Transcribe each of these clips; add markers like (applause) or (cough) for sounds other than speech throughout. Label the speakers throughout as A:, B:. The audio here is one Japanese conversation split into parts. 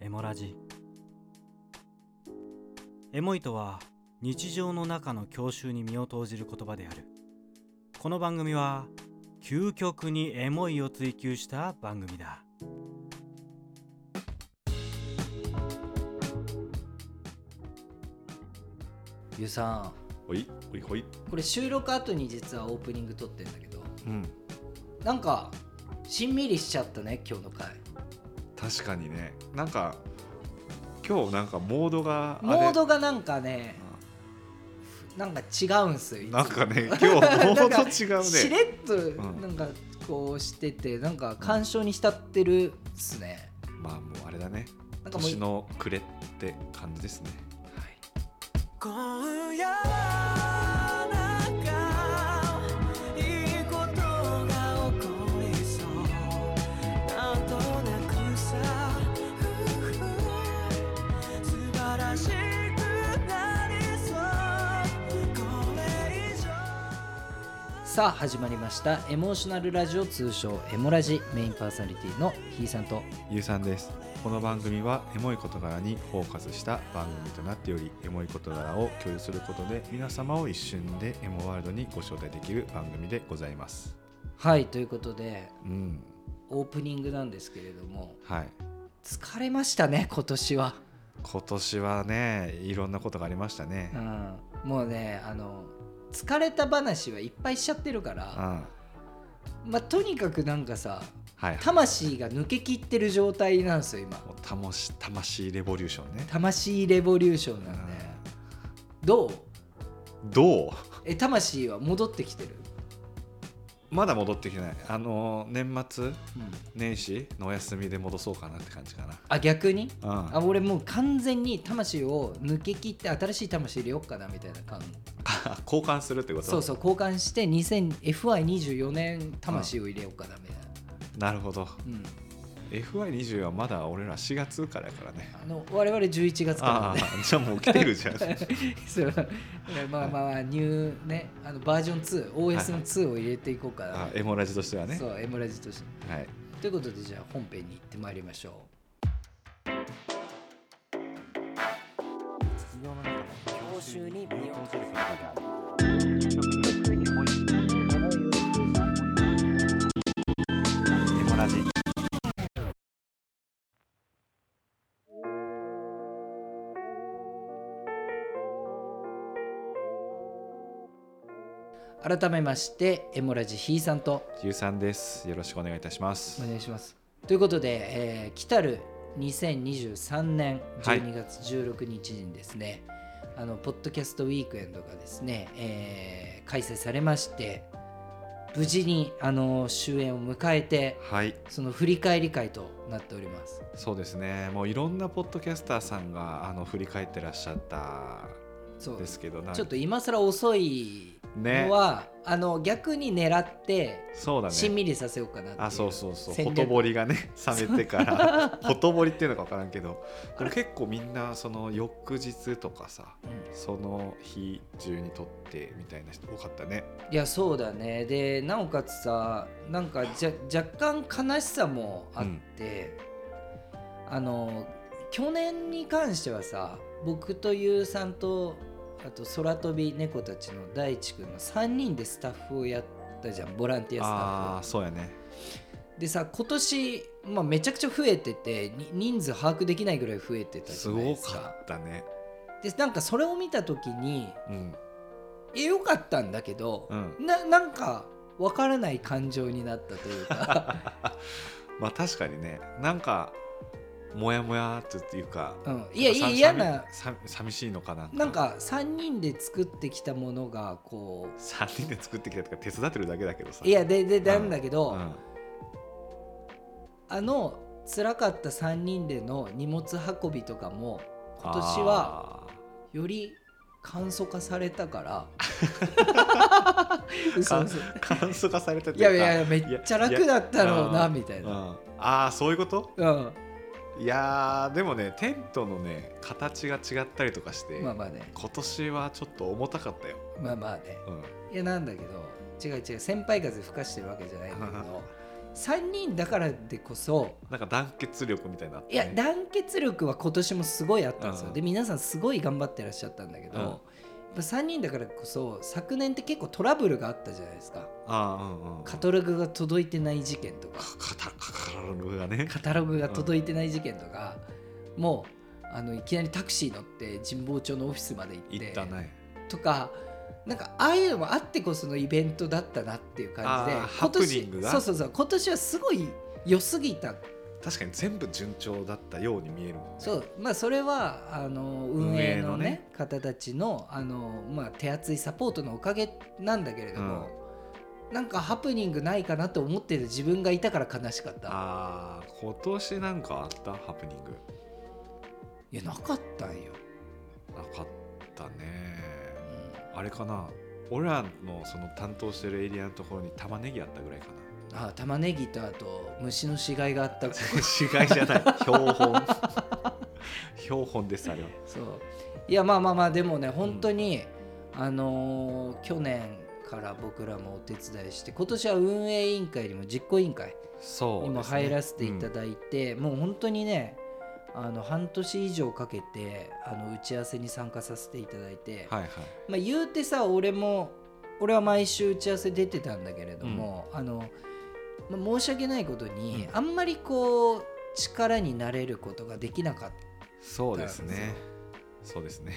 A: エモラジエモいとは日常の中の郷愁に身を投じる言葉であるこの番組は究極にエモいを追求した番組だ
B: ゆうさ
C: ほいほいほい
B: んこれ収録後に実はオープニング撮ってんだけど
C: うん
B: なんかしんみりしちゃったね今日の回
C: 確かにねなんか今日なんかモードがあれ
B: モードがなんかねなんか違うんすよい
C: うん
B: つも
C: なんかね今日モード違
B: し
C: うね
B: れっと
C: ん
B: なんかこうしててなんか感傷に浸ってるっすね
C: まあもうあれだね
B: なんかもう
C: 年の暮れって感じですね
B: はい
A: 今夜はなんかいいことが起こりそうなんとなくさふうふう素晴らしくなりそうこれ以上
B: さあ始まりましたエモーショナルラジオ通称エモラジメインパーソナリティのひいさんと
C: ゆうさんですこの番組はエモい事柄にフォーカスした番組となっておりエモい事柄を共有することで皆様を一瞬でエモワールドにご招待できる番組でございます
B: はいということで
C: うん
B: オープニングなんですけれども
C: はい
B: 疲れましたね今年は、
C: 今年はねいろんなことがありましたね
B: うん、もうねあの疲れた話はいっぱいしちゃってるか
C: うん
B: ら、
C: は
B: まあ、とにかくなんかさ
C: い
B: 魂が抜けきってる状態なんですよ今
C: もう魂魂レボリューションね。
B: 魂レボリューションなんでどう
C: うんどう (laughs)
B: え魂は戻ってきてる、
C: まだ戻ってきてない。あのー年末
B: うん、
C: 年始のお休みで戻そうかなって感じかな。
B: あ逆に
C: うん、
B: あ俺もう完全に魂を抜け切って新しい魂入れよっかなみたいな感
C: (laughs) 交換するってこと
B: そうそう交換して 2000FY24 年魂を入れようかなみたいな、
C: なるほど。
B: うん、
C: FY20 はまだ俺ら4月からやからね。
B: あの我々11月からな
C: あ
B: んで
C: あ、じゃあもう来てるじゃん。
B: (laughs) そうだからまあまあまあニューねあのバージョン 2OS の2を入れていこうかな、
C: あエモラジとしてはね。
B: そうエムラジとして
C: はい。
B: ということでじゃあ本編に行ってまいりましょ
C: エモラジ。
B: う改めましてエモラジひいさんと
C: ゆうさんです。よろしくお願いいたします
B: お。願いしますということで、えー来たる2023年
C: はい
B: 12月16日にですね、あのポッドキャストウィークエンドがですね、えー開催されまして無事にあの終演を迎えて
C: はい。
B: その振り返り会となっております
C: そうですね。もういろんなポッドキャスターさんがあの振り返ってらっしゃった
B: そ
C: ん
B: う
C: ですけど、なんか
B: ちょっと今更遅い
C: ね
B: の。は、あの逆に狙って
C: そうだね。
B: しんみりさせようかなっていう
C: あそうそうそう
B: 戦
C: ほ
B: 略
C: とぼり
B: (laughs)
C: がね冷めてからほとぼりっていうのか分からんけどでも結構みんなその翌日とかさ
B: うん
C: その日中に撮ってみたいな人多かったね
B: いやそうだねでなおかつさなんかじゃ若干悲しさもあって、あの去年に関してはさ僕とゆうさんとあと空飛び猫たちの大地君の3人でスタッフをやったじゃんボランティアスタッ
C: あ
B: フ
C: あそうやね
B: でさ今年、まあ、めちゃくちゃ増えててに人数把握できないぐらい増えてたじ
C: す
B: ゃないで
C: ご
B: すか
C: かったね
B: でなんかそれを見た時に
C: うん
B: えよかったんだけど
C: う、
B: (laughs)
C: ん (laughs)
B: ななんかわからない感情になったという
C: (laughs)
B: か、
C: まあ確かにねなんかモヤモヤっていうか
B: うん、いやいや
C: さみ
B: 嫌な
C: さみ寂しいのかな
B: なんか3人で作ってきたものがこ
C: 3人で作ってきたとか手伝ってるだけだけどさ
B: ういやででなんだけ
C: う
B: ど、
C: ん
B: あの辛かった3人での荷物運びとかも今年は
C: あー
B: より簡素化されたから
C: (laughs)
B: 嘘
C: 簡
B: 嘘
C: 簡素化されたと
B: いう
C: か
B: やいやいやめっちゃ楽だったろう
C: いや
B: ない
C: や
B: みたい
C: うん
B: な、
C: ああそういうこと
B: うん、
C: いやーでもねテントのね形が違ったりとかして、
B: まあまあね
C: 今年はちょっと重たかったよ、
B: まあまあね
C: うん、
B: いやなんだけど違う違う先輩風吹かしてるわけじゃないんだけど3人だからでこそ
C: なんか団結力みたいなのあった
B: いや
C: ね
B: 団結力は今年もすごいあったんですよ、
C: うん
B: で皆さんすごい頑張ってらっしゃったんだけど、
C: うん
B: やっぱ3人だからこそ昨年って結構トラブルがあったじゃないですか
C: ああうんうんうん
B: カトログが届いてない事件とか
C: カタカログがね
B: カタログが届いてない事件とか、もうあのいきなりタクシー乗って神保町のオフィスまで行っ
C: 行
B: て
C: ったね
B: とかなんかああいうのもあってこそのイベントだったなっていう感じで
C: あー
B: 今
C: ハプニング
B: 年
C: が
B: そうそうそう今年はすごい良すぎた
C: 確かに全部順調だったように見えるもんね
B: そうまあそれはあの運営の,、ね
C: 運営のね
B: 方たちのあの、まあ、手厚いサポートのおかげなんだけれども、なんかハプニングないかなと思ってる自分がいたから悲しかった
C: ああ今年なんかあったハプニング
B: いやなかったんよ、
C: なかった
B: う
C: ね
B: ん
C: あれかな俺らのその担当してるエリアのところに玉ねぎあったぐらいかな
B: あー玉ねぎとあと虫の死骸があった
C: (laughs) 死骸じゃない標本標本ですあれは
B: そういやまあまあまあでもね本当に、あのー去年から僕らもお手伝いして今年は運営委員会にも実行委員会
C: そう
B: にも入らせていただいて、もう本当にねあの半年以上かけてあの打ち合わせに参加させていただいて、
C: はいはい
B: まあ、言うてさ俺も俺は毎週打ち合わせ出てたんだけれども、あのまあ申し訳ないことに、
C: うん
B: あんまりこう力になれることができなかった。
C: そうですねそうです
B: (laughs)
C: ね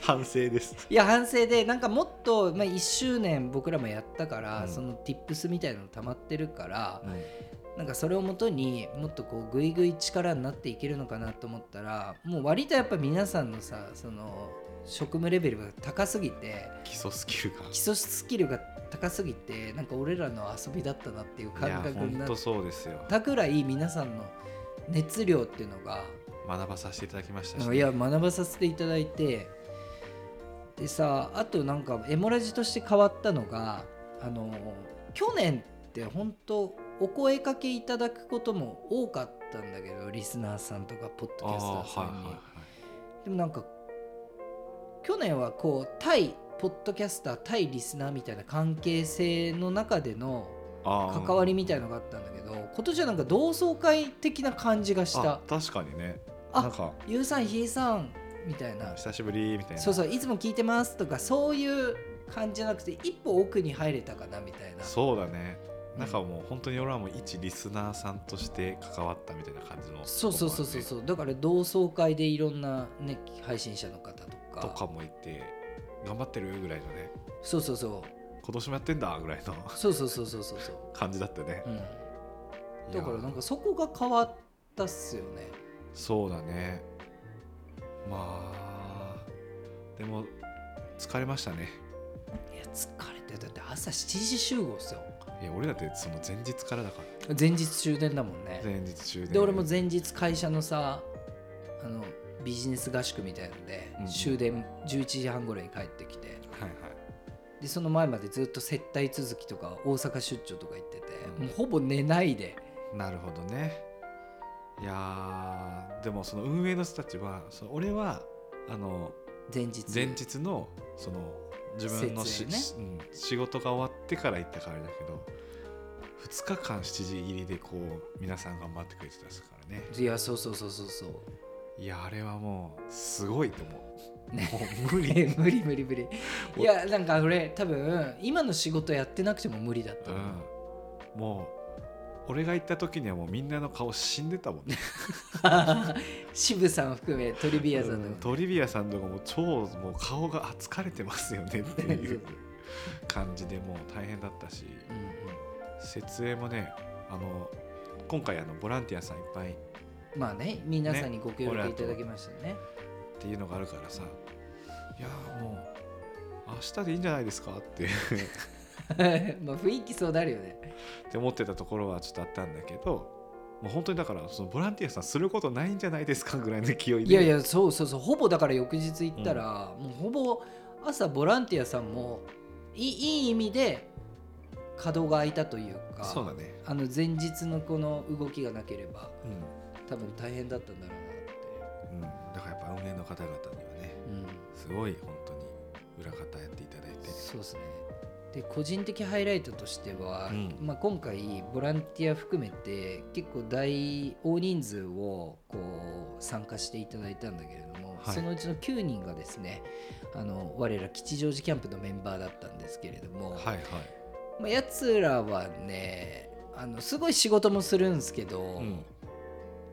C: 反省です
B: いや反省でなんかもっと、まあ、1周年僕らもやったから、
C: うん
B: その tips みたいなの溜まってるから、
C: うん
B: なんかそれをもとにもっとこうぐいぐい力になっていけるのかなと思ったらもう割とやっぱ皆さんのさその職務レベルが高すぎて
C: 基礎スキルが
B: 基礎スキルが高すぎてなんか俺らの遊びだったなっていう
C: いや
B: 感覚に
C: 本
B: なっ
C: 当そうですよ
B: たぐらい皆さんの熱量っていうのが
C: 学ばさせていただきましたし
B: なん
C: ね、
B: かいや学ばさせていただいてでさあとなんかエモラジとして変わったのがあの去年って本当お声かけいただくことも多かったんだけどリスナーさんとかポッド
C: あ
B: キャスタ
C: あ
B: ーさ
C: はい
B: んに、
C: はいはい
B: でもなんか去年はこう対ポッドキャスター対リスナーみたいな関係性の中での
C: あー
B: 関わりみたいのがあったんだけど今年はなんか同窓会的な感じがした
C: あ確かにね
B: あ
C: なんか
B: 「ゆうさんひいさん」みたいな
C: 久しぶりみたいな
B: そうそういつも聞いてますとかそういう感じじゃなくて一歩奥に入れたかなみたいな
C: そうだねなんかもう本当に俺はもう一リスナーさんとして関わったみたいな感じの
B: そうそうそうそう
C: う
B: そうだから同窓会でいろんな、ね、配信者の方とか
C: とかもいて頑張ってるぐらいのね
B: そうそうそう
C: 今年もやってんだぐらいの (laughs)
B: そうそうそうそうそうそう、
C: 感じだったよね
B: うん、だからなん
C: いや
B: かそこが変わったっすよね
C: そうだねまあでも疲れましたね
B: いや疲れてるだって朝7時集合っすよ
C: いや俺だってその前日からだか
B: 前日終電だもんね
C: ら前日中で
B: で俺も前日会社のさあのビジネス合宿みたいので、
C: うんうん
B: 終電11時半ぐらいに帰ってきて
C: はいはい
B: でその前までずっと接待続きとか大阪出張とか行ってて、
C: うん
B: もうほぼ寝ないで
C: なるほどねいやーでもその運営の人たちはその俺はあの
B: 前日
C: 前日のその自分のし、
B: 設
C: しうん、仕事が終わってから行ったからだけど2日間7時入りでこう皆さん頑張ってくれてたですからね
B: いやそうそうそうそうそう
C: いやあれはもうすごいと思う、
B: ね
C: もう無理、
B: え (laughs) 無理無理無理いやなんか俺多分今の仕事やってなくても無理だった
C: う
B: の、
C: ん、もう俺が行った時にはもうみんなの顔死んでたもんね
B: 渋さん含めトリビアさん
C: う
B: と
C: ん
B: か
C: トリビアさんとかも超もう顔があ疲れてますよねってい
B: (laughs) そう
C: う感じでもう大変だったし
B: うんうん
C: 設営もねあの今回あのボランティアさんいっぱい
B: まあね皆さんにご協力いただきましたね
C: っていうのがあるからさいやーもう明日でいいんじゃないですかって (laughs) っ
B: (laughs) まあ雰囲気そうなるよね
C: て思ってたところはちょっとあったんだけどもう本当にだからそのボランティアさんすることないんじゃないですかぐらいの勢い
B: い
C: で
B: やいやそうそうそうほぼだから翌日行ったら、もうほぼ朝ボランティアさんもいいい意味で稼働が空いたというか
C: そうだね、
B: あの前日のこの動きがなければ
C: うん
B: 多分大変だったんだろ
C: うん、だからやっぱ運営の方々にはね
B: うなって、うん、
C: すごい本当に裏方やっていただいて
B: そうですねで個人的ハイライトとしては、
C: うん
B: まあ、今回ボランティア含めて結構大大人数をこう参加していただいたんだけれども、
C: はい
B: そのうちの9人がですねあの我ら吉祥寺キャンプのメンバーだったんですけれども、
C: はいはい
B: まあ、やつらはねあのすごい仕事もするんですけど、
C: うん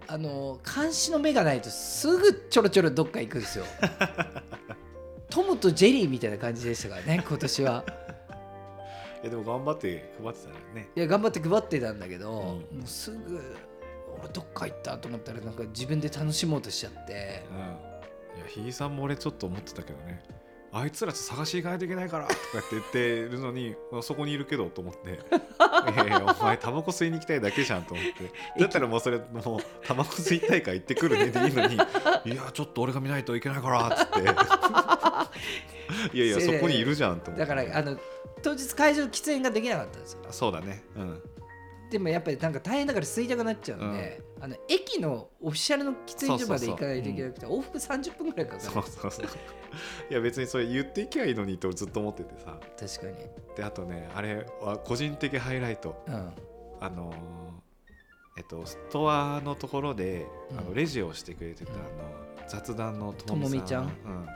B: あの監視の目がないとすぐちょろちょろどっか行くん
C: (laughs)
B: ですよ。トムとジェリーみたいな感じでしたからね今年は。
C: いやでも頑張って配ってたよね
B: いや頑張って配ってたんだけど、も
C: うん
B: うすぐ俺どっか行ったと思ったらなんか自分で楽しもうとしちゃって
C: うんいやひいさんも俺ちょっと思ってたけどねあいつら探し行かないといけないからとかって言ってるのにあそこにいるけど
B: (laughs)
C: と思って「いやいやお前タバコ吸いに行きたいだけじゃん」と思ってだったらもうそれもうタバコ吸いたいから行ってくるねでいい
B: (laughs)
C: のに「いやちょっと俺が見ないといけないから」っつっていやいやそこにいるじゃんと思って
B: だからあの当日会場喫煙ができなかったんですよ
C: そうだねうん
B: でもやっぱりなんか大変だから吸いたくなっちゃうんで、あの駅のオフィシャルの喫煙所まで行かないといけなくて往復30分ぐらいかか
C: そ
B: る
C: うそうそういや別にそれ言っていきゃいいのにとずっと思っててさ
B: 確かに
C: であとねあれは個人的ハイライト
B: うん
C: あのーえっと、ストアのところで、
B: うん
C: あのレジをしてくれてた、
B: うん
C: あの雑談のとも
B: と
C: みさん
B: もみちゃん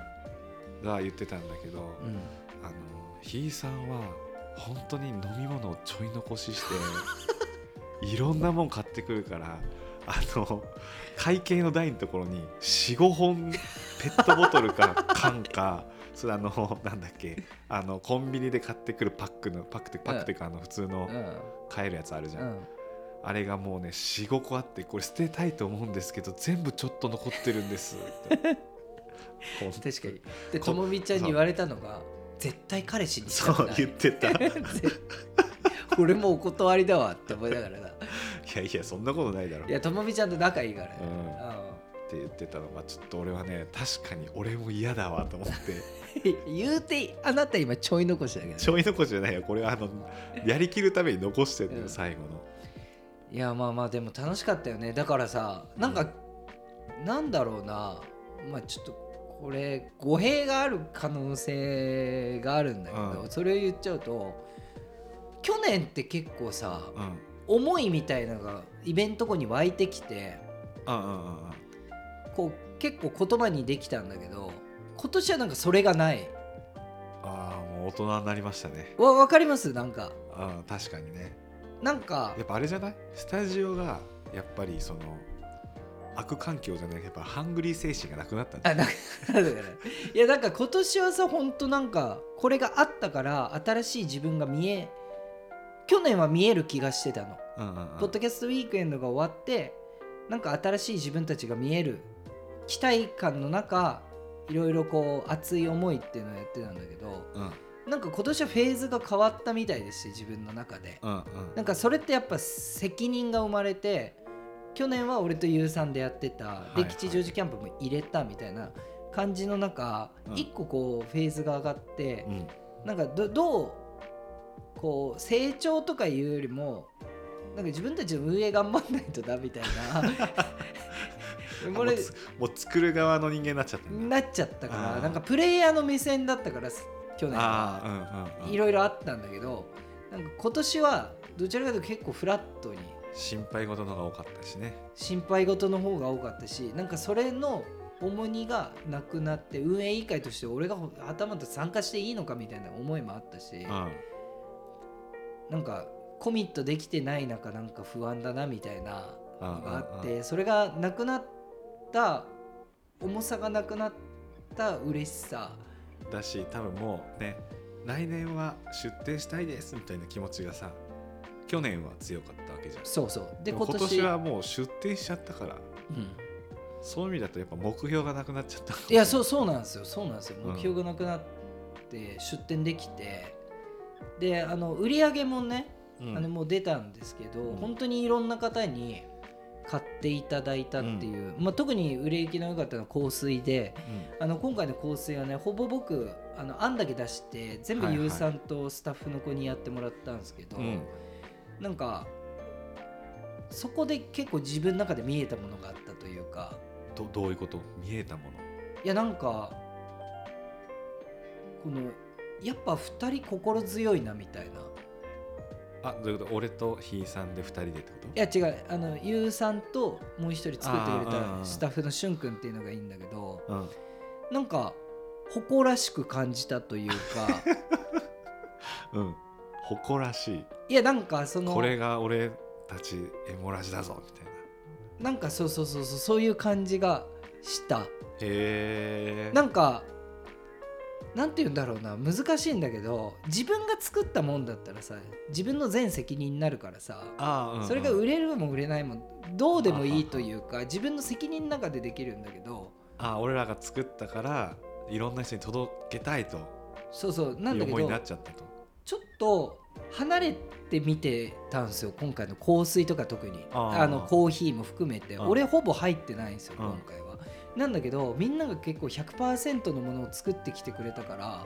C: うん、が言ってたんだけど、
B: うん
C: あのひいさんは本当に飲み物をちょい残しして
B: (laughs)
C: いろんなもん買ってくるからあの会計の台のところに45本ペットボトル
B: (laughs)
C: か缶かそれあのなんだっけあのコンビニで買ってくるパックのパックってパックっていうか、あの普通の
B: うん
C: 買えるやつあるじゃ、
B: うんん
C: あれがもうね45個あってこれ捨てたいと思うんですけど全部ちょっと残ってるんです
B: (laughs)
C: 本当
B: 確かにでともみちゃんに言われたのが絶対彼氏にし
C: そ
B: たく
C: う
B: ない
C: 言ってたい
B: (laughs) 絶対俺もお断りだわって思いながらな
C: やいやそんなことないだろ
B: いやともみちゃんと仲いいからね、
C: うんって言ってたのがちょっと俺はね確かに俺も嫌だわと思って (laughs)
B: うん言うてあなた今ちょい残しだけどね
C: ちょい残しじゃないよこれはあのやりきるために残してんだ
B: う
C: よ
B: ん
C: 最後の、
B: いやまあまあでも楽しかったよねだからさなんか、なんだろうなまあちょっとこれ語弊がある可能性があるんだけど、
C: うん
B: それを言っちゃうと去年って結構さ
C: うん、うん
B: 思いみたいなのがイベント後に湧いてきて
C: うんうんうん
B: こう結構言葉にできたんだけど今年はなんかそれがない
C: ああもう大人になりましたね
B: わ分かりますなんか
C: あー確かにね
B: なんか
C: やっぱあれじゃないスタジオがやっぱりその悪環境じゃないやっぱハングリー精神がなくなったんじゃ
B: あなんか (laughs) だからいやなんか今年はさほんとなんかこれがあったから新しい自分が見え去年は見える気がしてたの、
C: ないうんうんうん
B: ポッドキャストウィークエンドが終わってなんか新しい自分たちが見える期待感の中いろいろこう熱い思いっていうのをやってたんだけど
C: うんうん
B: なんか今年はフェーズが変わったみたいでして自分の中で
C: うん
B: なんかそれってやっぱ責任が生まれて去年は俺と優さんでやってた、
C: いはい
B: で吉祥寺キャンプも入れたみたいな感じの中、
C: うん
B: 一個こうフェーズが上がって
C: う、ん
B: なんかどどうこう成長とかいうよりもなんか自分たちの運営頑張んないとだみたい
C: (laughs)
B: な (laughs)
C: も
B: こ
C: う
B: れ
C: つもう作る側の人間になっちゃったんだ
B: なっちゃったか
C: あ
B: ら
C: ー
B: なんかプレイヤーの目線だったから去年は。
C: ああうんうん、うん、
B: いろいろあったんだけどなんか今年はどちらかというと結構フラットに
C: 心配事の方が多かったしね
B: 心配事の方が多かったしなんかそれの重荷がなくなって運営委員会として俺が頭と参加していいのかみたいな思いもあったし、
C: うん
B: なんかコミットできてない中なんか不安だなみたいなのがあっ
C: うんうん
B: てそれがなくなった重さがなくなった嬉しさ
C: だし多分もうね来年は出店したいですみたいな気持ちがさ去年は強かったわけじゃん
B: そうそうで
C: でも
B: 今
C: 今
B: 年
C: 年はもう出店しちゃったから
B: うん
C: そういう意味だとやっぱ目標がなくなっちゃった
B: いやそううそうなんですよそうなんですよ
C: うん
B: 目標がなくなって出店できて、であの売り上げもね、
C: うん、
B: あのもう出たんですけど、
C: うん
B: 本当にいろんな方に買っていただいたっていう、まあ、特に売れ行きの良かったのは香水であの今回の香水はねほぼ僕あの案だけ出して全部
C: はいはい
B: 優さんとスタッフの子にやってもらったんですけど、
C: うんうん
B: なんかそこで結構自分の中で見えたものがあったというか。
C: どどういうこと見えたもの
B: いやなんかこのやっぱ2人心強いなみたいな
C: あどういうこと俺とひいさんで2人でってこと
B: いや違うあのゆうさんともう一人作ってくれ
C: あーうんう
B: た
C: ん
B: スタッフのしゅんくんっていうのがいいんだけど
C: うん、
B: なんか誇らしく感じたというか
C: (laughs) うん、誇らしい
B: いやなんかその
C: これが俺たちエモラジだぞみたいな
B: なんかそうそうそうそうそういう感じがした
C: へえ
B: なんかなんて言うんだろうな難しいんだけど自分が作ったもんだったらさ自分の全責任になるからさ
C: ああ、うん
B: それが
C: うん
B: 売れるも売れないもどうでもいいというか自分の責任の中でできるんだけど
C: あ俺らが作ったからいろんな人に届けたいと
B: そうそうなん
C: いう
B: だけ
C: 思いに
B: ど
C: なっちゃったと
B: ちょっと離れて見てたんですよ今回の香水とか特に
C: あ
B: あ
C: ー
B: のコーヒーも含めて
C: うん
B: 俺ほぼ入ってないんですよ
C: うん
B: 今回はなんだけどみんなが結構100%のものを作ってきてくれたから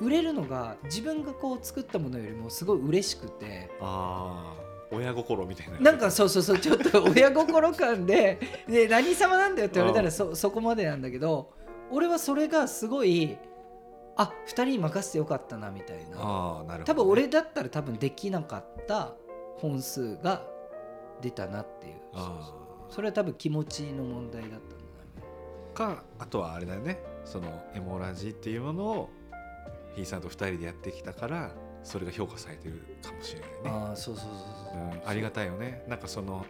B: 売れるのが自分がこう作ったものよりもすごい嬉しくて
C: ああ親心みたいな
B: なんかそうそうそうちょっ
C: (laughs)
B: と親心感で「で何様なんだよ」って言われた
C: う
B: らそそこまでなんだけど俺はそれがすごいあ2人に任せてよかったなみたいな。
C: ああなるほどね、
B: 多分俺だったら多分できなかった本数が出たなっていう
C: ああ
B: それは多分気持ちの問題だったんだな
C: かあとはあれだよねそのエモラジっていうものをひいさんと2人でやってきたからそれが評価されてるかもしれないね
B: ああそうそうそうそう、
C: うんありがたいよねなんかその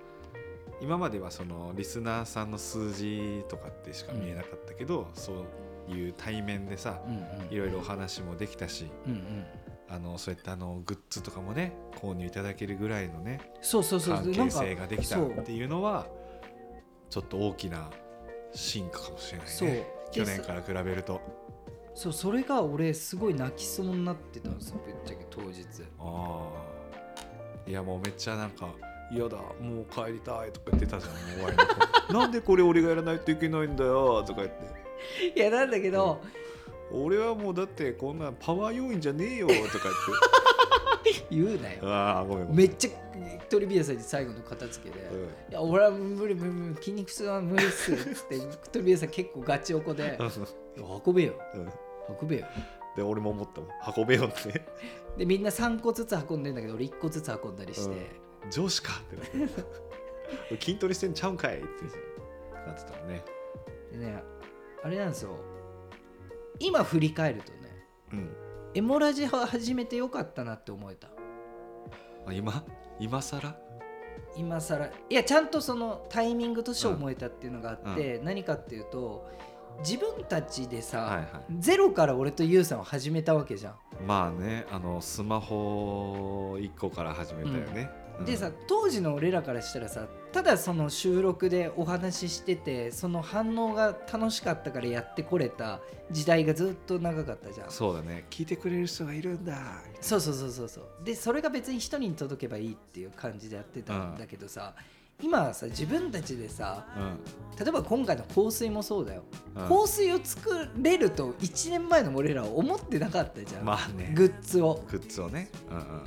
C: 今まではそのリスナーさんの数字とかってしか見えなかったけど、そういう対面でさ
B: うんうん
C: いろいろお話もできたし
B: うんうん
C: あのそういったあのグッズとかもね購入いただけるぐらいのね
B: そうそうそう
C: 関係性
B: なんか
C: ができたっていうのはちょっと大きな進化かもしれない
B: (laughs) そう
C: ね去年
B: で
C: から比べると。
B: そうそれが俺すごい泣きそうになってたんですよぶっちゃけ当日
C: ああいやもうめっちゃなんか「嫌だもう帰りたい」とか言ってたじゃんもう終わりの (laughs) 頃なんでこれ俺がやらないといけないんだよ」とか言って
B: いやなんだけど、
C: 「俺はもうだってこんなパワー要員じゃねえよ」とか言って
B: 言うなよ
C: ああごめんごめん
B: めっちゃトリビアさんに最後の片付けで、
C: うん
B: いや俺は無理無理無理筋肉痛は無理っすっつってトリビアさん結構ガチ横でいや運べよ
C: うん
B: 運べよ
C: で俺も思ったもん運べよって
B: でみんな3個ずつ運んでんだけど俺1個ずつ運んだりして、
C: 上司かってなって筋トレしてんちゃうんかいってなってたもんね
B: でねあれなんですよ今振り返るとね
C: うん
B: エモラジは始めてよかったなって思えた
C: あ今今更
B: 今更いやちゃんとそのタイミングとして思えたっていうのがあって、何かっていうと自分たちでさ、
C: はいは
B: ゼロから俺とユウさんを始めたわけじゃん、
C: いまあねあのスマホ1個から始めたよね、うん
B: でさ当時の俺らからしたらさただその収録でお話ししててその反応が楽しかったからやってこれた時代がずっと長かったじゃん
C: そうだね聞いてくれる人がいるんだ
B: そうそうそうそうそうでそれが別に人に届けばいいっていう感じでやってたんだけどさ、今はさ自分たちでさ
C: うん、
B: 例えば今回の香水もそうだよ、
C: うん
B: 香水を作れると1年前の俺らは思ってなかったじゃん、
C: まあね
B: グッズを
C: グッズをね、うんうんうん、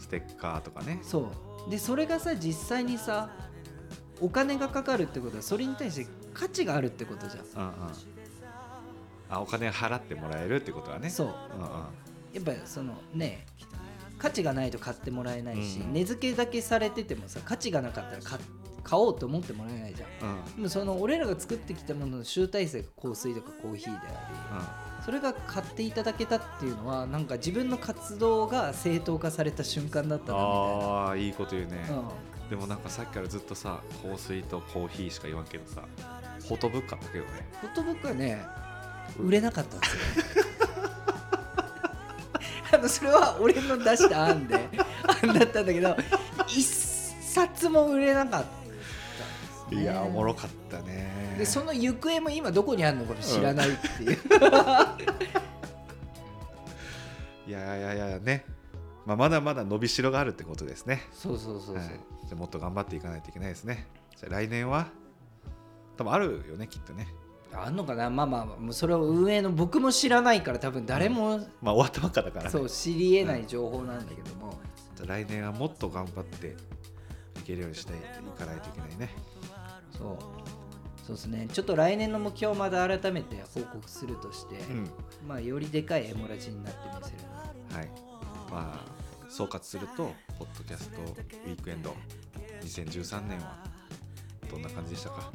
C: ステッカーとかね
B: そうでそれがさ実際にさお金がかかるってことはそれに対して価値があるってことじゃん
C: うんうんあお金払ってもらえるってことはね
B: そう
C: うんうん
B: やっぱそのね価値がないと買ってもらえないし、
C: うん
B: 値付けだけされててもさ価値がなかったら買買おうと思ってもらえないじゃん
C: うんうん
B: でもその俺らが作ってきたものの集大成が香水とかコーヒーでありそれが買っていただけたっていうのはなんか自分の活動が正当化された瞬間だったなみ
C: ああいいこと言うね
B: たい、な、うん、
C: でもなんかさっきからずっとさ香水とコーヒーしか言わんけどさフォトブックあったけどね
B: フォトブックはね売れなかったんですよあのそれは俺の出した案で (laughs) 案だったんだけど一冊も売れなかったんですね
C: いやおもろかったね
B: でその行方も今どこにあるのかも知らないっていう、
C: いやいやいやね、まあ、まだまだ伸びしろがあるってことですね
B: そうそうそうそう、
C: はい、じゃあもっと頑張っていかないといけないですねじゃあ来年は多分あるよねきっとね
B: あんのかなまあまあもうそれを運営の僕も知らないから多分誰も
C: まあ終わったばっかだからね
B: そう知り得ない情報なんだけども、
C: じゃあ来年はもっと頑張っていけるようにしていかないといけないね
B: そうそうですねちょっと来年の目標をまだ改めて報告するとして、
C: うん
B: まあ、よりでかいエモラジになってみせる
C: はいまあ総括するとポッドキャストウィークエンド2013年はどんな感じでしたか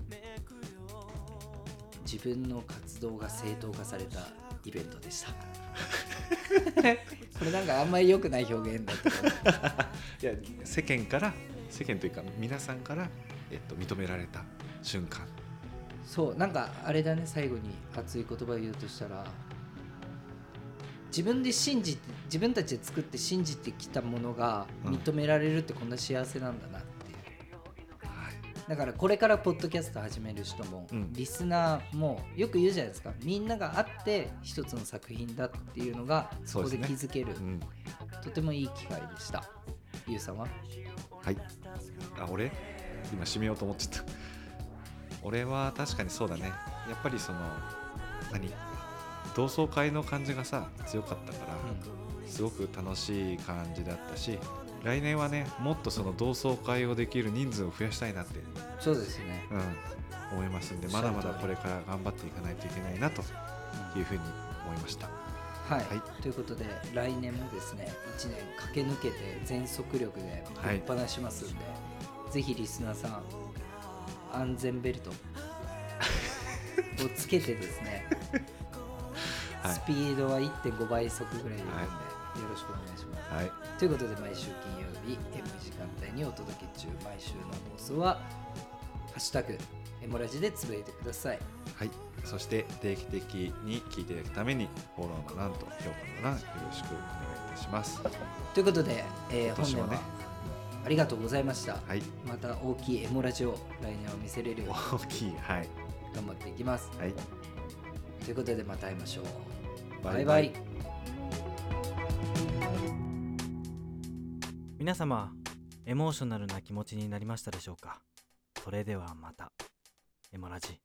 B: 自分の活動が正当化されたイベントで
C: (laughs)
B: したこれなんかあんまり良くない表現だけど
C: いや世間から世間というか皆さんから、えっと、認められた瞬間
B: そうなんかあれだね最後に熱い言葉を言うとしたら自分で信じて自分たちで作って信じてきたものが
C: うん
B: 認められるってこんな幸せなんだなっていう、
C: はい
B: だからこれからポッドキャスト始める人も、
C: うん
B: リスナーもよく言うじゃないですかみんながあって一つの作品だっていうのがそ
C: そう
B: こ
C: です
B: で
C: ね
B: 気づける、
C: うん
B: とてもいい機会でしたゆうさんは
C: はい。あ、俺今締めようと思っちゃった。俺は確かにそうだね。やっぱりその何同窓会の感じがさ強かったから、すごく楽しい感じだったし、来年はねもっとその同窓会をできる人数を増やしたいなって、
B: そうですね、
C: うん、思いますんで、まだまだこれから頑張っていかないといけないなと
B: うん
C: いうふうに思いました。
B: はい、
C: はい
B: ということで来年もですね1年駆け抜けて全速力で
C: はい
B: ぶっ放しますんで、ぜひリスナーさん安全ベル
C: (laughs)
B: トをつけてですね、
C: はい
B: スピードは1.5倍速ぐらいでいくんで、
C: は
B: よろしくお願いします
C: はい。
B: ということで毎週金曜日 M 時間帯にお届け中毎週の放送は「ハッシュタグエモラジ」でつぶやいてください
C: はい、そして定期的に聞いていただくためにフォローの欄と評価の欄よろしくお願いいたします。
B: ということで、えー本
C: 今年
B: 年
C: もね
B: はありがとうございました、
C: はい、
B: また大きいエモラジを来年は見せれるよう
C: 大きい、はい、
B: に頑張っていきます
C: はい、
B: ということでまた会いましょう
C: バイ
B: バ
C: バ
B: イ
C: イ
B: バイ
D: 皆様エモーショナルな気持ちになりましたでしょうかそれではまたエモラジ